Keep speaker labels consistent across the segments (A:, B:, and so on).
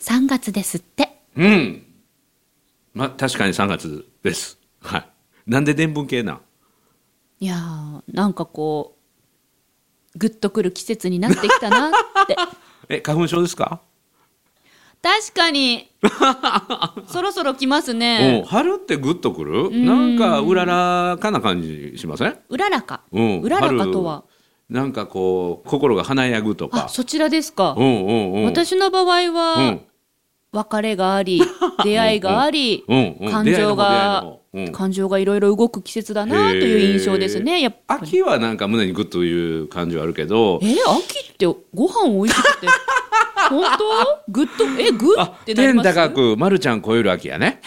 A: 3月ですって。
B: うん。まあ、確かに3月です。はい。なんで伝聞系なん
A: いやー、なんかこう、ぐっとくる季節になってきたな って。
B: え、花粉症ですか、
A: 確か に。そろそろ来ます
B: うん、
A: ね。
B: 春ってグッとくるなんかうららかな感じしません
A: うららか。
B: うん。
A: うららかとは。
B: 春なんかこう、心が華やぐと
A: あ、
B: か。
A: そちらですか
B: う。んうんうん。
A: 私の場合
B: う
A: は、
B: ん。
A: 別れがあ り、出会いがあり
B: うんうん、
A: 感情が
B: 出会いの方出会いの方うん、
A: 感情がいろいろ動く季節だなという印象ですね。やっぱり。
B: 秋はなんか胸にグッという感じはあるけど
A: え、秋ってご飯美味しくて。本 当ぐっと、え、ぐ
B: あ
A: ってなり
B: 天
A: ます
B: 高く丸ちゃん超える秋やね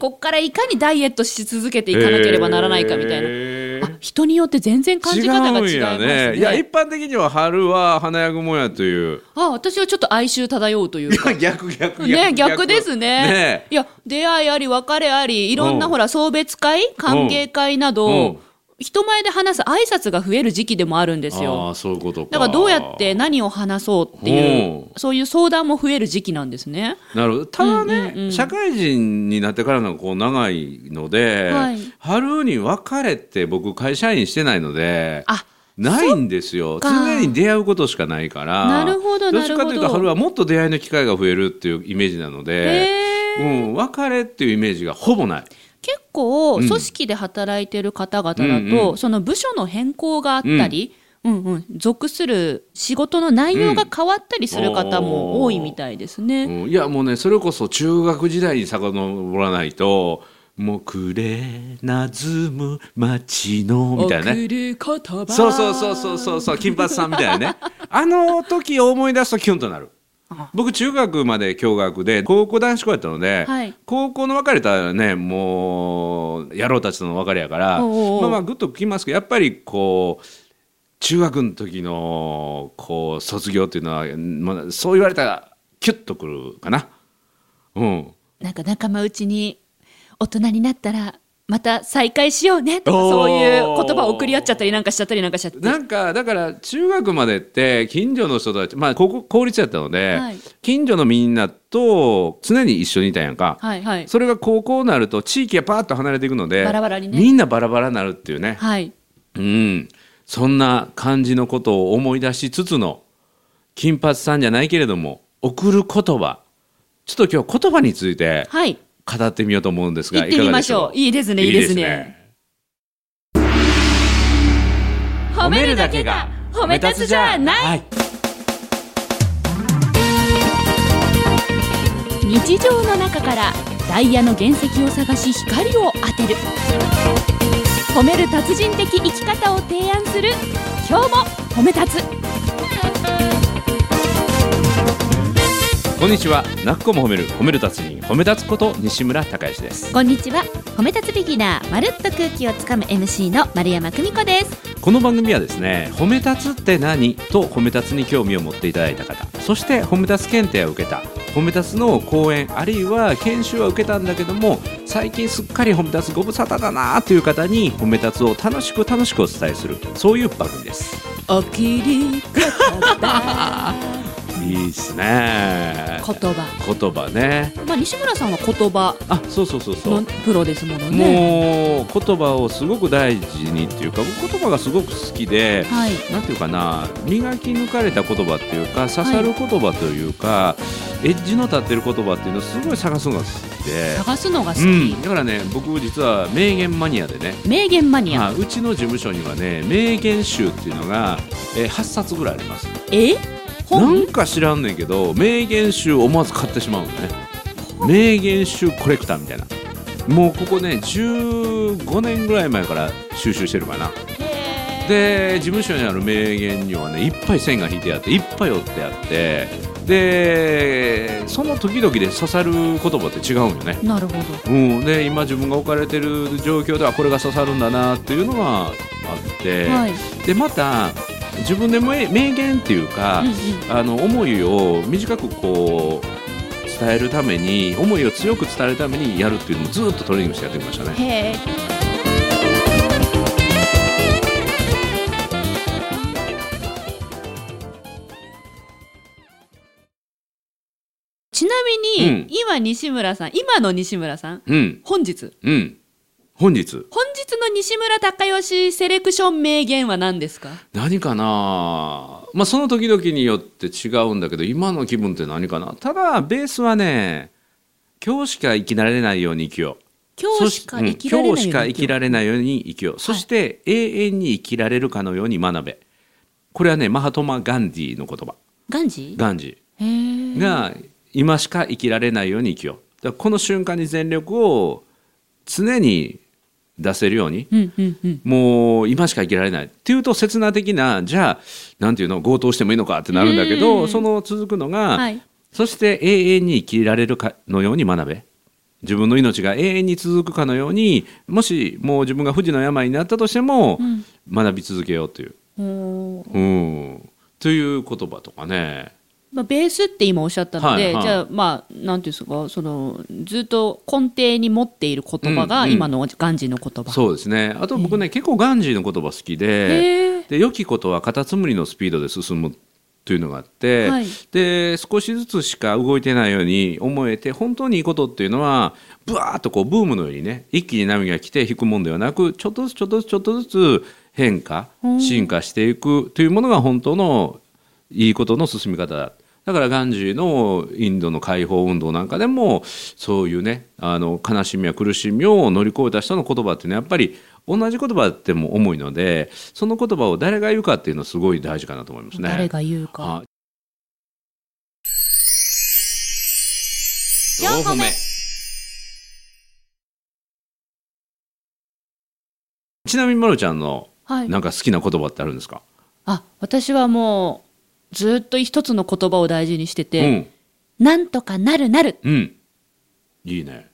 A: こっからいかにダイエットし続けていかなければならないかみたいな。
B: へー
A: あ人によって全然感じ方が違います
B: うんや
A: ね。
B: いや一般的には春は花やぐもんやという
A: あ、私はちょっと哀愁漂うというか。
B: 逆逆逆
A: ね、逆ですね
B: ね
A: いや、出会いあり、別れあり、いろんな
B: うん
A: ほら、送別会、歓迎会な
B: うん
A: ど、人前で話す挨拶が増える時期でもあるんです
B: あ
A: よ。
B: あそういうことか
A: だからどうやって何を話そうっていう
B: う、
A: そういう相談も増える時期なんですね。
B: なるほどただね、
A: うんうんうん
B: 社会人になってからのこう長いので、
A: はい
B: 春に別れて僕会社員してないので
A: あ、
B: ないんです
A: そ
B: よ
A: っか
B: 常に出会うことしかないから
A: なるほど
B: っちかとい
A: なる
B: う
A: ほど
B: と春はもっと出会いの機会が増えるっていうイメージなので、
A: へ
B: う
A: ー
B: ん、別れっていうイメージがほぼない
A: 結構、
B: うん
A: 組織で働いてる方々だと、
B: うんうん
A: その部署の変更があったり、うんうん、属する仕事の内容が変わったりする方も多いみたいですね。
B: うんいやもうねそれこそ中学時代に遡らないと「もうくれなずむ街の」みたいなね
A: 送る言葉
B: そうそうそうそうそうそう金髪さんみたいな ねあの時を思い出すとキュンとなる
A: あ
B: 僕中学まで共学で高校男子校やったので、
A: はい
B: 高校の別れたらねもう野郎たちとの別れやから
A: おうおう
B: まあまあグッときますけどやっぱりこう中学の時のこう卒業っていうのは、まあ、そう言われたらキュッとくるかなうん
A: なんか仲間内に大人になったらまた再会しようねとかそういう言葉を送り合っちゃったりなんかしちゃったりなんかしちゃって
B: なんかだから中学までって近所の人たちまあ高校公立やったので、
A: はい
B: 近所のみんなと常に一緒にいたやんか、
A: はいはい
B: それが高校になると地域がパーッと離れていくので
A: バラバラにね
B: みんなバラバラになるっていうね、
A: はい
B: うん、そんな感じのことを思い出しつつの金髪さんじゃないけれども送る言葉ちょっと今日言葉について
A: はい
B: 語ってみようと思うんです
A: 行
B: が
A: ってみましょういいですねいいですね褒めるだけが褒め立つじゃない
B: はい
A: 日常の中からダイヤの原石を探し光を当てる褒める達人的生き方を提案する今日も褒め立つ
B: こんにちは泣く子も褒める褒める達人褒め立つこと西村孝之です
A: こんにちは褒め立つビギナーまるっと空気をつかむ MC の丸山久美子です
B: この番組はですね褒め立つって何と褒め立つに興味を持っていただいた方そして褒め立つ検定を受けた褒め立つの講演あるいは研修は受けたんだけども最近すっかり褒め立つご無沙汰だなという方に褒め立つを楽しく楽しくお伝えするそういう番組です
A: おきり方だ
B: いいです ね
A: 言葉
B: 言葉ね
A: まあ西村さんは言葉
B: あそうそうそうそう
A: のプロですものね
B: もう言葉をすごく大事にっていうか僕言葉がすごく好きで
A: はい
B: なんていうかな磨き抜かれた言葉っていうか刺さる言葉というか、エッジの立ってる言葉っていうのをすごい探すのが好きで、
A: 探すのが好き、
B: うん、だからね僕実は名言マニアでね
A: 名言マニア、
B: まあ、うちの事務所にはね名言集っていうのが、えー8冊ぐらいあります
A: え
B: な
A: 本
B: んか知らんねんけど名言集思わず買ってしまうのね名言集コレクターみたいなもうここね15年ぐらい前から収集してるかな
A: へー
B: で事務所にある名言にはねいっぱい線が引いてあっていっぱい折ってあってでその時々で刺さる言葉って違うんよね、
A: なるほど
B: うん、で今自分が置かれてる状況ではこれが刺さるんだなっていうのがあって、
A: はい、
B: でまた自分で名名言っていうか、
A: うん
B: あの思いを短くこう伝えるために思いを強く伝えるためにやるっていうのをずっとトレーニングしてやってきましたね
A: うん、。へえちなみに、
B: うん
A: 今西村さん今の西村さん
B: うん
A: 本日
B: うん本日
A: 本日の西村貴義セレクション名言は何ですか
B: 何かなまあその時々によって違うんだけど今の気分って何かなただベースはね今日しか生きられないように生きよう
A: 今日しか生きられない
B: そしうん今日しか生きら
A: れ
B: れないように生きよう、そして永遠に生きられるかのように学べこれはねマハトマ・ガンディの言葉
A: ガンジ
B: ガンジ
A: へー
B: ーが今しか生きられないように生きようだからこの瞬間に全力を常に出せるように
A: うんうんうん
B: もう今しか生きられないっていうと刹那的なじゃあなんていうの強盗してもいいのかってなるんだけ
A: う
B: ど
A: ん
B: その続くのが、
A: はい
B: そして永遠に生きられるかのように学べ自分の命が永遠に続くかのようにもしもう自分が不治の病になったとしても、
A: ん
B: 学び続けようという、
A: おー
B: うん、という言葉とかね
A: まあ、ベースって今おっしゃったので、
B: はいはい
A: じゃあまあなんていうんですかそのずっと根底に持っている言葉が
B: うんうん
A: 今のガンジーの言葉、
B: そうですねあと僕ね、結構ガンジーの言葉好きで
A: へー
B: で良きことはカタツムリのスピードで進むというのがあって、
A: はい
B: で少しずつしか動いてないように思えて本当にいいことっていうのはブワーッとこうブームのようにね一気に波が来て引くもんではなくちょっとずつちょっとずつちょっとずつ変化進化していくというものが本当のいいことの進み方だ。だからガンジーのインドの解放運動なんかでもそういうねあの悲しみや苦しみを乗り越えた人の言葉ってねやっぱり同じ言葉でも重いのでその言葉を誰が言うかっていうのはすごい大事かなと思いますね。
A: 誰が言うか、
B: はい
C: 四歩目
B: ちなみにまるちゃんの
A: はい
B: なんか好きな言葉ってあるんですか、
A: あ私はもうずっと一つの言葉を大事にしてて、なんとかなるなる
B: うんうんいいね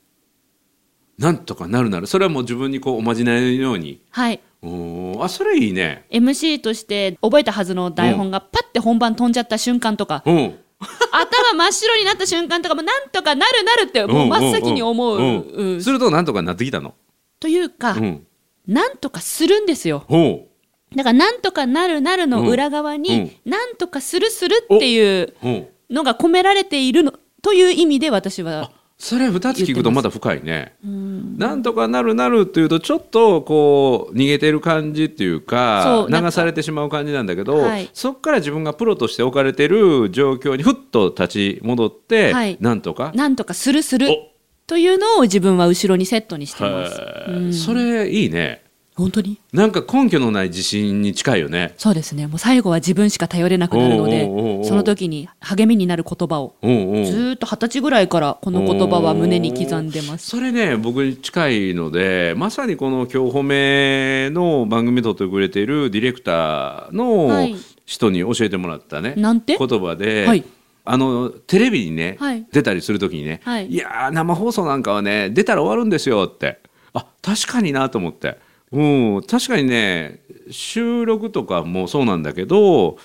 B: なんとかなるならそれはもう自分にこうおまじないのように
A: はい
B: おーあそれいいね
A: MC として覚えたはずの台本がパッて本番飛んじゃった瞬間と か、
B: うん
A: 頭真っ白になった瞬間とかもなんとかなるなるってもう真っ先に思う、
B: んん
A: うん
B: するとなんとかなってきたの
A: というか、
B: うん
A: なんとかするんですよ
B: ほ
A: だからなんとかなるなるの裏側に、なんとかするするっていう
B: うほう
A: のが込められているのという意味で私は
B: それ2つ聞くとまだ深いね。なんとかなるなるっていうとちょっとこう逃げてる感じっていう
A: そ
B: か
A: うなんか
B: 流されてしまう感じなんだけど、
A: はい
B: そこから自分がプロとして置かれてる状況にふっと立ち戻って、
A: はい
B: なんとか。
A: なんとかするする
B: お
A: というのを自分は後ろにセットにしてます
B: へーそれいいね。
A: 本当に
B: なんか根拠のない自信に近いよね。
A: そうですねもう最後は自分しか頼れなくなるので
B: おうおうおうおう
A: その時に励みになる言葉を
B: うんうん
A: ずーっと二十歳ぐらいからこの言葉は胸に刻んでます
B: それね僕に近いのでまさにこの「今日褒め」の番組とってくれているディレクター
A: はい
B: の人に教えてもらったね、
A: なんて
B: 言葉で、
A: はい
B: あのテレビにね、
A: はい
B: 出たりする時にね、
A: はい
B: やー生放送なんかはね出たら終わるんですよってあ確かになと思って、うん、確かにね収録とかもそうなんだけど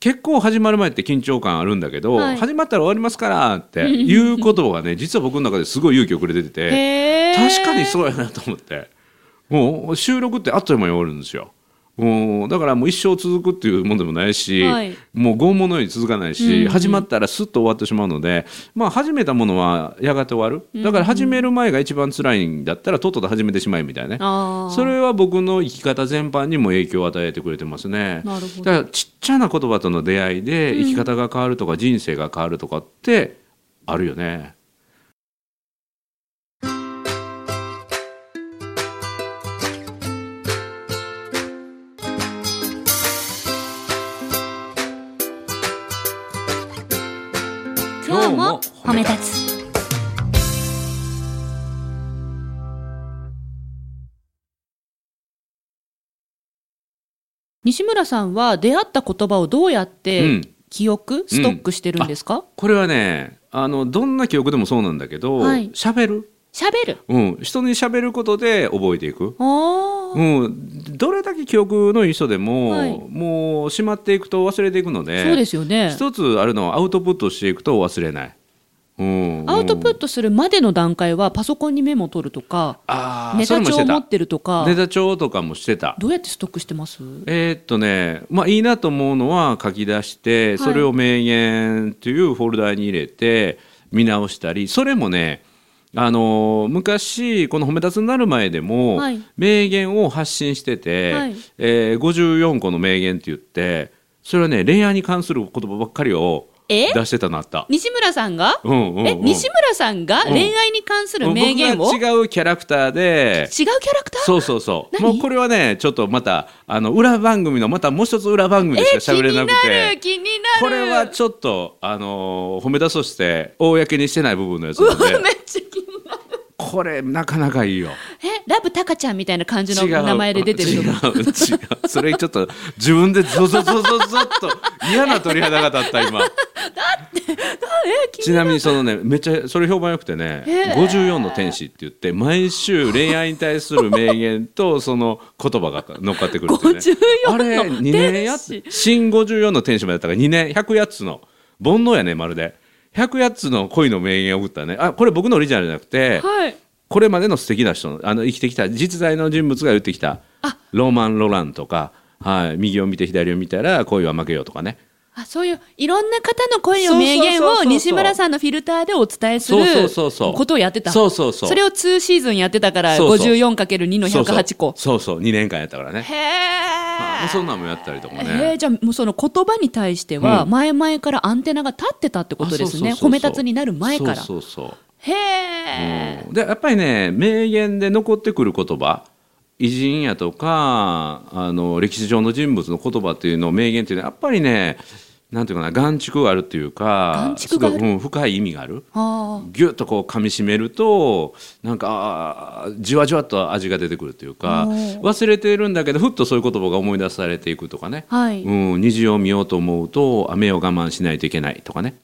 B: 結構始まる前って緊張感あるんだけど、
A: はい
B: 始まったら終わりますからっていう言葉がね実は僕の中ですごい勇気をくれ てて
A: へ
B: 確かに
A: う
B: そうやなと思ってもう収録ってあっという間に終わるんですよ。うんだからもう一生続くっていうもんでもないし、
A: はい
B: もう拷問のように続かないし、
A: うんうん
B: 始まったらすっと終わってしまうので、まあ、始めたものはやがて終わるだから始める前が一番辛いんだったらとっとと始めてしまえみたいなね
A: あー
B: それは僕の生き方全般にも影響を与えてくれてますね。
A: なるほど
B: だからちっちゃな言葉との出会いで生き方が変わるとか人生が変わるとかってあるよね。
C: 今日も褒め立つ
A: 西村さんは出会った言葉をどうやっ
B: う
A: て
B: ん
A: 記憶、ストックしてるんですか
B: これはねあのどんな記憶でもそうなんだけど
A: はい
B: 喋、る、
A: 喋、る
B: うん、人に喋ることで覚えていく。
A: あー
B: うん、どれだけ記憶のいい人でも、
A: はい
B: もうしまっていくと忘れていくので
A: そうですよね
B: 一つあるのはアウトプットしていくと忘れない、うん
A: アウトプットするまでの段階はパソコンにメモを取るとか
B: あー
A: ネ
B: それ
A: タ
B: もし
A: 帳を
B: て
A: 持
B: た
A: ってるとか
B: ネタ帳とかもしてた
A: どうやってストックしてます
B: えーっとね、まあ、いいなと思うのは書き出して、それを名言というフォルダーに入れて見直したりそれもねあのー昔この「褒め立つ」になる前でも、
A: はい
B: 名言を発信してて、
A: はい
B: えー54個の名言って言ってそれはね恋愛に関する言葉ばっかりを
A: え
B: 出してたなった。
A: 西村さんが、
B: うんうんうん
A: え西村さんが
B: うん
A: 恋愛に関する名言を、
B: 僕
A: 違う
B: が違うキャラクターで
A: キャラクター
B: そうそうそう。
A: 何
B: もうこれはね、ちょっとまた、あの、裏番組の、またもう一つ裏番組でしか喋れなく
A: え
B: て。
A: ー気になる気になる
B: これはちょっと、あのー褒め出そうして、公にしてない部分のやつ
A: う
B: な
A: わ
B: ん
A: め
B: で、
A: っちゃ気になる
B: これ、なかなかいいよ。
A: えラブタカちゃんみたいな感じの
B: 違う。
A: 名前で出てる
B: 違う、違
A: と
B: う
A: か。
B: それちょっと、自分でゾゾゾゾゾっと、嫌な鳥肌が立った、 今。
A: え気
B: ちなみにそのねめっちゃそれ評判良くてね「
A: へー
B: 54の天使」って言って毎週恋愛に対する名言とその言葉が乗っかってくるっていうね
A: 54
B: あれ2年やっ
A: 天
B: 新54の天使までやったから2年108つの煩悩やねまるで108つの恋の名言を送ったねあこれ僕のオリジナルじゃなくて
A: はい
B: これまでの素敵な人のあの生きてきた実在の人物が言ってきた
A: あ
B: 「ローマン・ロラン」とか、はい「右を見て左を見たら恋は負けよ」とかね
A: あそういういろんな方の声を名言
B: そ
A: を
B: うそうそうそう
A: 西村さんのフィルターでお伝えする
B: そうそうそうそう
A: ことをやってた
B: そうそうそう
A: それを2シーズンやってたから
B: そうそう
A: 54×2 の108個
B: そうそうそう2年間やったからね
A: へ
B: あも
A: え
B: うそんなんもやったりとか
A: え
B: ね。
A: ー、じゃあもうその言葉に対しては
B: うん
A: 前々からアンテナが立ってたってことですね、
B: あそうそうそうそう
A: 褒め立つになる前から
B: そうそうそう
A: へえ、
B: うんでやっぱりね名言で残ってくる言葉偉人やとかあの歴史上の人物の言葉っていうの名言っていうのはやっぱりねなんていうかな眼蓄があるっていうか
A: 眼蓄がある
B: すごいうん深い意味がある。
A: あ
B: ぎゅっとこう噛み締めるとなんかあーじわじわっと味が出てくるというか
A: お
B: 忘れてるんだけどふっとそういう言葉が思い出されていくとかね、
A: あはい、
B: うん、虹を見ようと思うと雨を我慢しないといけないとかね。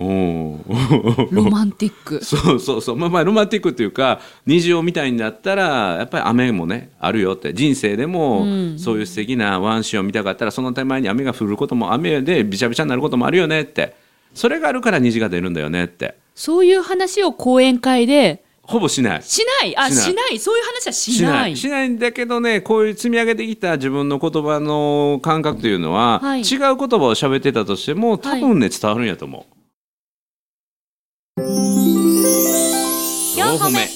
B: うん、
A: ロマンティック
B: そうそうそうまあまあロマンティックというか虹を見たいんだったらやっぱり雨もねあるよって人生でも、そういう素敵なワンシーンを見たかったらその手前に雨が降ることも雨でびちゃびちゃになることもあるよねってそれがあるから虹が出るんだよねって
A: そういう話を講演会で
B: ほぼしない
A: しないあ
B: し
A: し
B: な
A: ないいそういう話はし
B: し
A: な
B: ない
A: い
B: しないんだけどねこういう積み上げてきた自分の言葉の感覚というのは、
A: はい
B: 違う言葉を喋ってたとしても多分ね、伝わるんやと思う。
A: 四歩目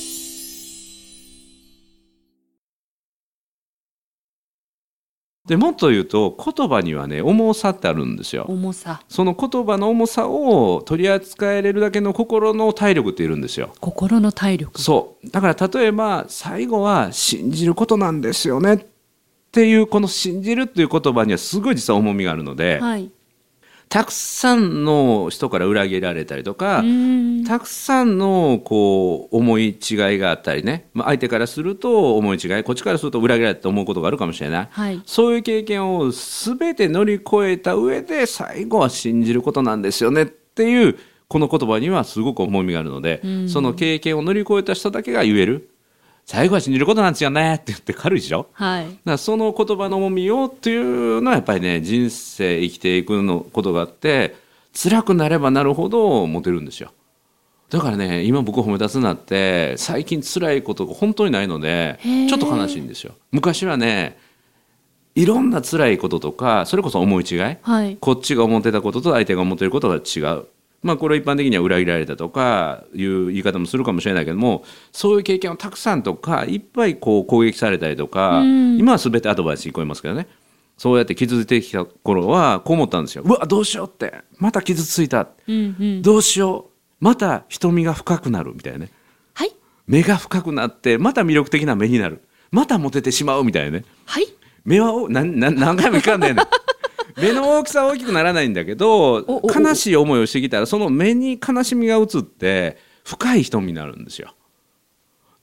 B: でもっと言うと言葉にはね重さってあるんですよ。
A: 重さ
B: その言葉の重さを取り扱えれるだけの心の体力っているんですよ。
A: 心の体力
B: そう。だから例えば最後は信じることなんですよねっていうこの信じるっていう言葉にはすごい実は重みがあるので、
A: はい
B: たくさんの人から裏切られたりとか、
A: うん
B: たくさんのこう思い違いがあったりね、まあ、相手からすると思い違いこっちからすると裏切られたと思うことがあるかもしれない、
A: はい
B: そういう経験を全て乗り越えた上で最後は信じることなんですよねっていうこの言葉にはすごく重みがあるので、その経験を乗り越えた人だけが言える最後は信じることなんですよねって言って軽いでしょ
A: はい
B: だからその言葉の重みをっていうのはやっぱりね人生生きていくのことがあって辛くなればなるほどモテるんですよだからね今僕褒め立つなって最近辛いことが本当にないので
A: へー
B: ちょっと悲しいんですよ昔はねいろんな辛いこととかそれこそ思い違い、
A: はい
B: こっちが思ってたことと相手が思ってることが違う。まあこれは一般的には裏切られたとかいう言い方もするかもしれないけどもそういう経験をたくさんとかいっぱいこう攻撃されたりとか、
A: うん
B: 今は全てアドバイスに聞こえますけどねそうやって傷ついてきた頃はこう思ったんですようわどうしようってまた傷ついた
A: うんうん
B: どうしようまた瞳が深くなるみたいなね
A: はい
B: 目が深くなってまた魅力的な目になるまたモテてしまうみたいなね
A: はい
B: 目はおなんなん何回もいかんねん 目の大きさは大きくならないんだけど
A: おおお
B: 悲しい思いをしてきたらその目に悲しみが移って深い瞳になるんですよ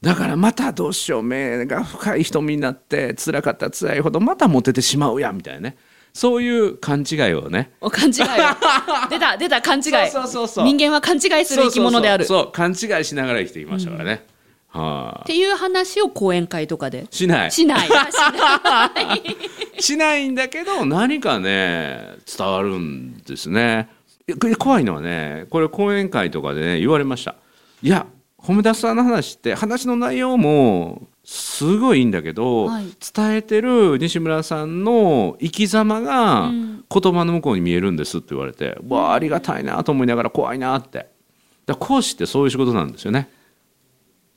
B: だからまたどうしよう目が深い瞳になって辛かったら辛いほどまたモテてしまうやみたいなねそういう勘違いをね
A: お勘違い を出た出た勘違い
B: そうそうそうそう
A: 人間は勘違いする生き物である
B: そうそうそうそう勘違いしながら生きてきましたからね、は
A: っ
B: あ
A: ていう話を講演会とかで
B: しない
A: し ないしない
B: しないんだけど何かね伝わるんですね。いやこれ怖いのはねこれ講演会とかでね言われましたいや褒め出すさんの話って話の内容もすごいいいんだけど、
A: はい
B: 伝えてる西村さんの生き様が
A: うん
B: 言葉の向こうに見えるんですって言われて、わあありがたいなと思いながら怖いなってだから講師ってそういう仕事なんですよね。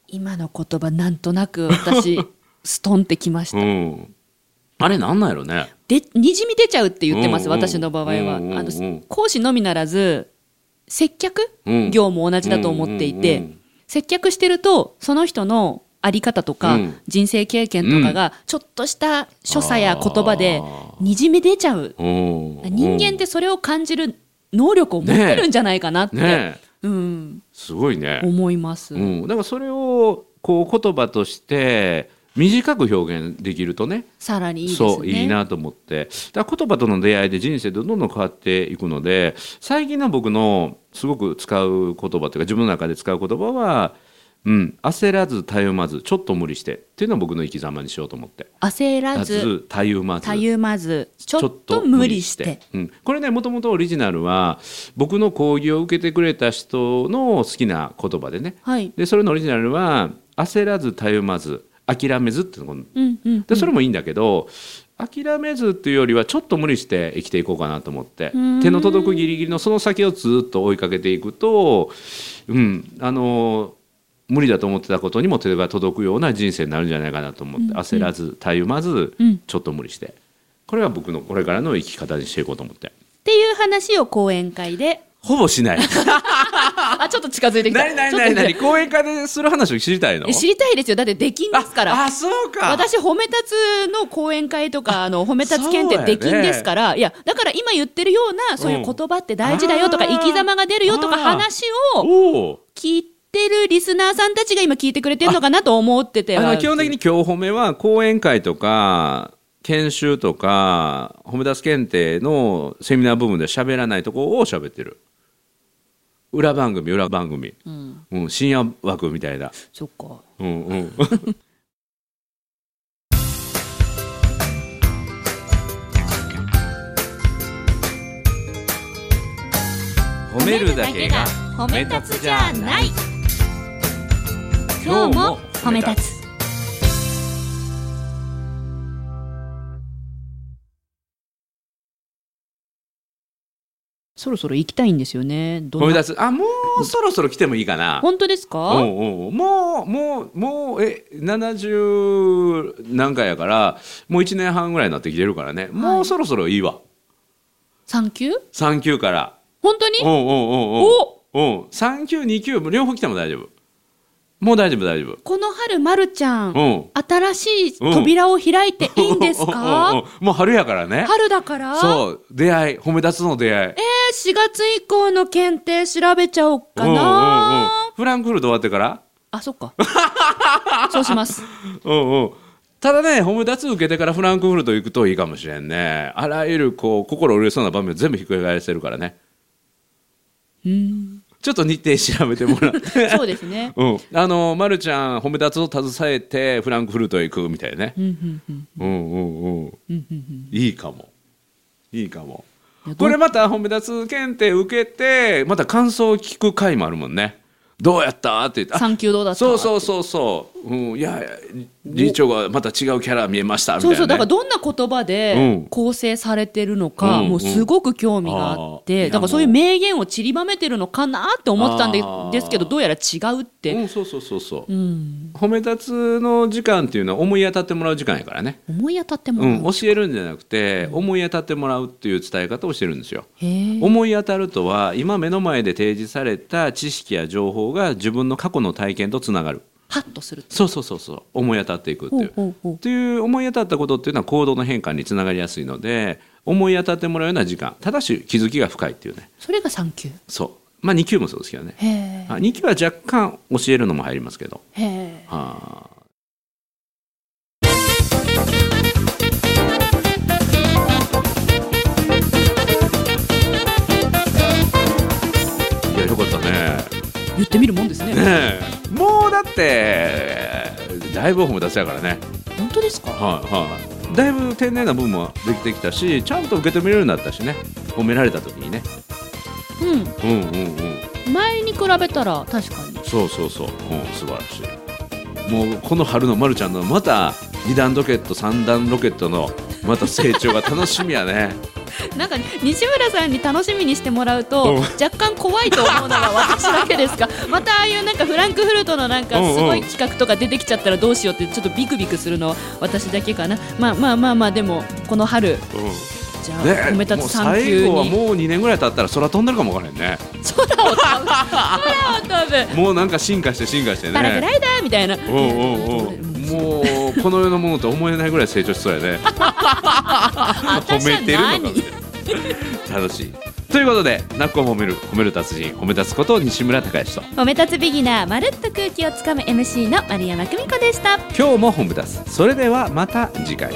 A: 今の言葉なんとなく私ストンってきました、
B: うん、あれなんなんやろね。
A: でにじみ出ちゃうって言ってます、
B: うんうん
A: 私の場合は、
B: うんうんうん
A: あの講師のみならず接客、
B: うん
A: 業も同じだと思っていて、
B: うんうんうん
A: 接客してるとその人のあり方とか、
B: うん
A: 人生経験とかがちょっとした所作や言葉で
B: あ
A: にじみ出ちゃう
B: うん
A: 人間ってそれを感じる能力を持ってるんじゃないかなって、
B: ねえ
A: うん、
B: すごいね。
A: 思います、
B: うん、だからそれをこう言葉として短く表現できるとね
A: さらにいいですね
B: そういいなと思ってだから言葉との出会いで人生どんどん変わっていくので最近の僕のすごく使う言葉というか自分の中で使う言葉は、うん、焦らずたゆまずちょっと無理してっていうのを僕の生き様にしようと思って。
A: 焦らず
B: たゆまず
A: たゆまずちょっと無理して、
B: うん、これねもともとオリジナルは僕の講義を受けてくれた人の好きな言葉でね
A: はい
B: でそれのオリジナルは「焦らずたゆまず諦めず」っていうの
A: うんうん
B: でそれもいいんだけど、諦めずっていうよりはちょっと無理して生きていこうかなと思って
A: ーん
B: 手の届くギリギリのその先をずっと追いかけていくとうんあの無理だと思ってたことにも手が届くような人生になるんじゃないかなと思って、焦らずたゆまず、
A: うん
B: ちょっと無理してこれは僕のこれからの生き方にしていこうと思って
A: っていう話を講演会で
B: ほ ぼしない
A: あちょっと近づいてきた
B: 何何
A: ちょっと近づ
B: 何何
A: いてき
B: 講演会でする話を知りたいの
A: たえ知りたいですよだってできんですから
B: ああそうか
A: 私、褒め立つの講演会とか、あの、褒め立つ検定できんですから、いや、だから今言ってるような、そういう言葉って大事だよとか、
B: うんあー
A: 生き様が出るよとか
B: あー
A: 話を
B: おお
A: 聞いてるリスナーさんたちが今聞いてくれてるのかなと思ってて。
B: あの基本的に今日褒めは講演会とか研修とか褒め出す検定のセミナー部分で喋らないとこを喋ってる裏番組裏番組、
A: うん、
B: うん、深夜枠みたいな、
A: そっか。
B: うんうん、 褒めるだけが
A: 褒
B: め立つじゃない。
A: 今日も褒め立つ。そろそろ行きたいんですよね。どん
B: 褒
A: な
B: め出すあもうそろそろ来てもいいかな
A: 本当ですか、
B: おうおうもうもうもうえ70何回やからもう1年半ぐらいになってきてるからねもうそろそろいいわ、
A: 産休
B: 3級から
A: 本当に
B: おうおうおうおうおう3級2級両方来ても大丈夫もう大丈夫大丈夫
A: この春、まるちゃん、
B: うん
A: 新しい扉を開いていいんです
B: おうおう
A: か
B: おうもう春やからね
A: 春だからう。
B: そう出会い褒め立つの出会い
A: えー、4月以降の検定調べちゃおっか
B: おうおう
A: な
B: おうフランクフルト終わってから
A: あ、そっか。そうし ます。
B: うんうん。ただね、ホームダツ受けてからフランクフルト行くといいかもしれんね。あらゆるこう心折れそうな場面を全部ひっくり返してるからね。ちょっと日程調べても らって。
A: そうですね。
B: うん、あの、ま、るちゃん、褒め立つを携えてフランクフルトへ行くみたいなね。
A: うんうんうん
B: うんうんうん。
A: うんうんうん
B: いいかも。いいかも
A: いや。ど
B: これまた褒め立つ検定受けて、また感想を聞く回もあるもんね。どうやったって言って。あ
A: 産休どうだった
B: そうそうそうそう、うん、いやいや理事長がまた違うキャラ見えましたみたい
A: そ
B: な、
A: う
B: ね、
A: そう、だからどんな言葉
B: うん
A: で構成されてるのか、
B: うんうん
A: もうすごく興味があっ
B: あーいや
A: て、だからそういう名言を散りばめてるのかなって思ってたんで
B: あー
A: ですけど、どうやら違うっ
B: う
A: て。
B: ん、そうそうそうそう、
A: うん。
B: 褒め立つの時間っていうのは思い当たってもらう時間やからね、
A: 思い当たっても
B: う、
A: らうん
B: 教えるんじゃなくて思い当たってもらうっていう伝え方をしてるんですよ、
A: へー
B: 思い当たるとは今目の前で提示された知識や情報が自分の過去の体験とつながる
A: ハッとする。
B: そうそうそうそう思い当たっていくって
A: ほ
B: いう
A: うほうほう。
B: という思い当たったことっていうのは行動の変化につながりやすいので思い当たってもらうような時間ただし気づきが深いっていうね
A: それが産休。
B: そうまあ2級もそうですけどね
A: へえ。
B: あ2級は若干教えるのも入りますけど
A: へえ。
B: はあいやよかったね
A: 言ってみるもんですね。
B: ねえもうだってだいぶ本も出せやからね
A: 本当ですか。
B: はいはい、だいぶ丁寧な部分もできてきたしちゃんと受け止めるようになったしね褒められた時にね
A: うん
B: うんうんうん
A: 前に比べたら確かに
B: そうそうそう、うん、素晴らしいもうこの春のまるちゃんのまた2段ロケット3段ロケットのまた成長が楽しみやね
A: なんか西村さんに楽しみにしてもらうと、
B: うん
A: 若干怖いと思うのが私だけ ですがまたああいうなんかフランクフルトのなんか
B: うんうん
A: すごい企画とか出てきちゃったらどうしようってちょっとビクビクするのは私だけかなまあまあまあまあでもこの春
B: う
A: じゃあ、
B: んね
A: 褒め立
B: もう
A: つ3
B: 最
A: 級
B: 後は
A: に
B: もう2年ぐらい経ったら空飛んでるかもわからへんね
A: 空を飛ぶ空を飛ぶ
B: もうなんか進化して進化してね
A: パラグライダーみたいな、
B: おうおうおうもうこの世のものとは思えないぐらい成長しそうやね褒めてるのかみ たいな楽しいということで「なっこを褒める褒める達人褒め立つこと西村孝之と
A: 褒め立つビギナーまるっと空気をつかむ MC の丸山久美子でした
B: 今日も褒め立つそれではまた次回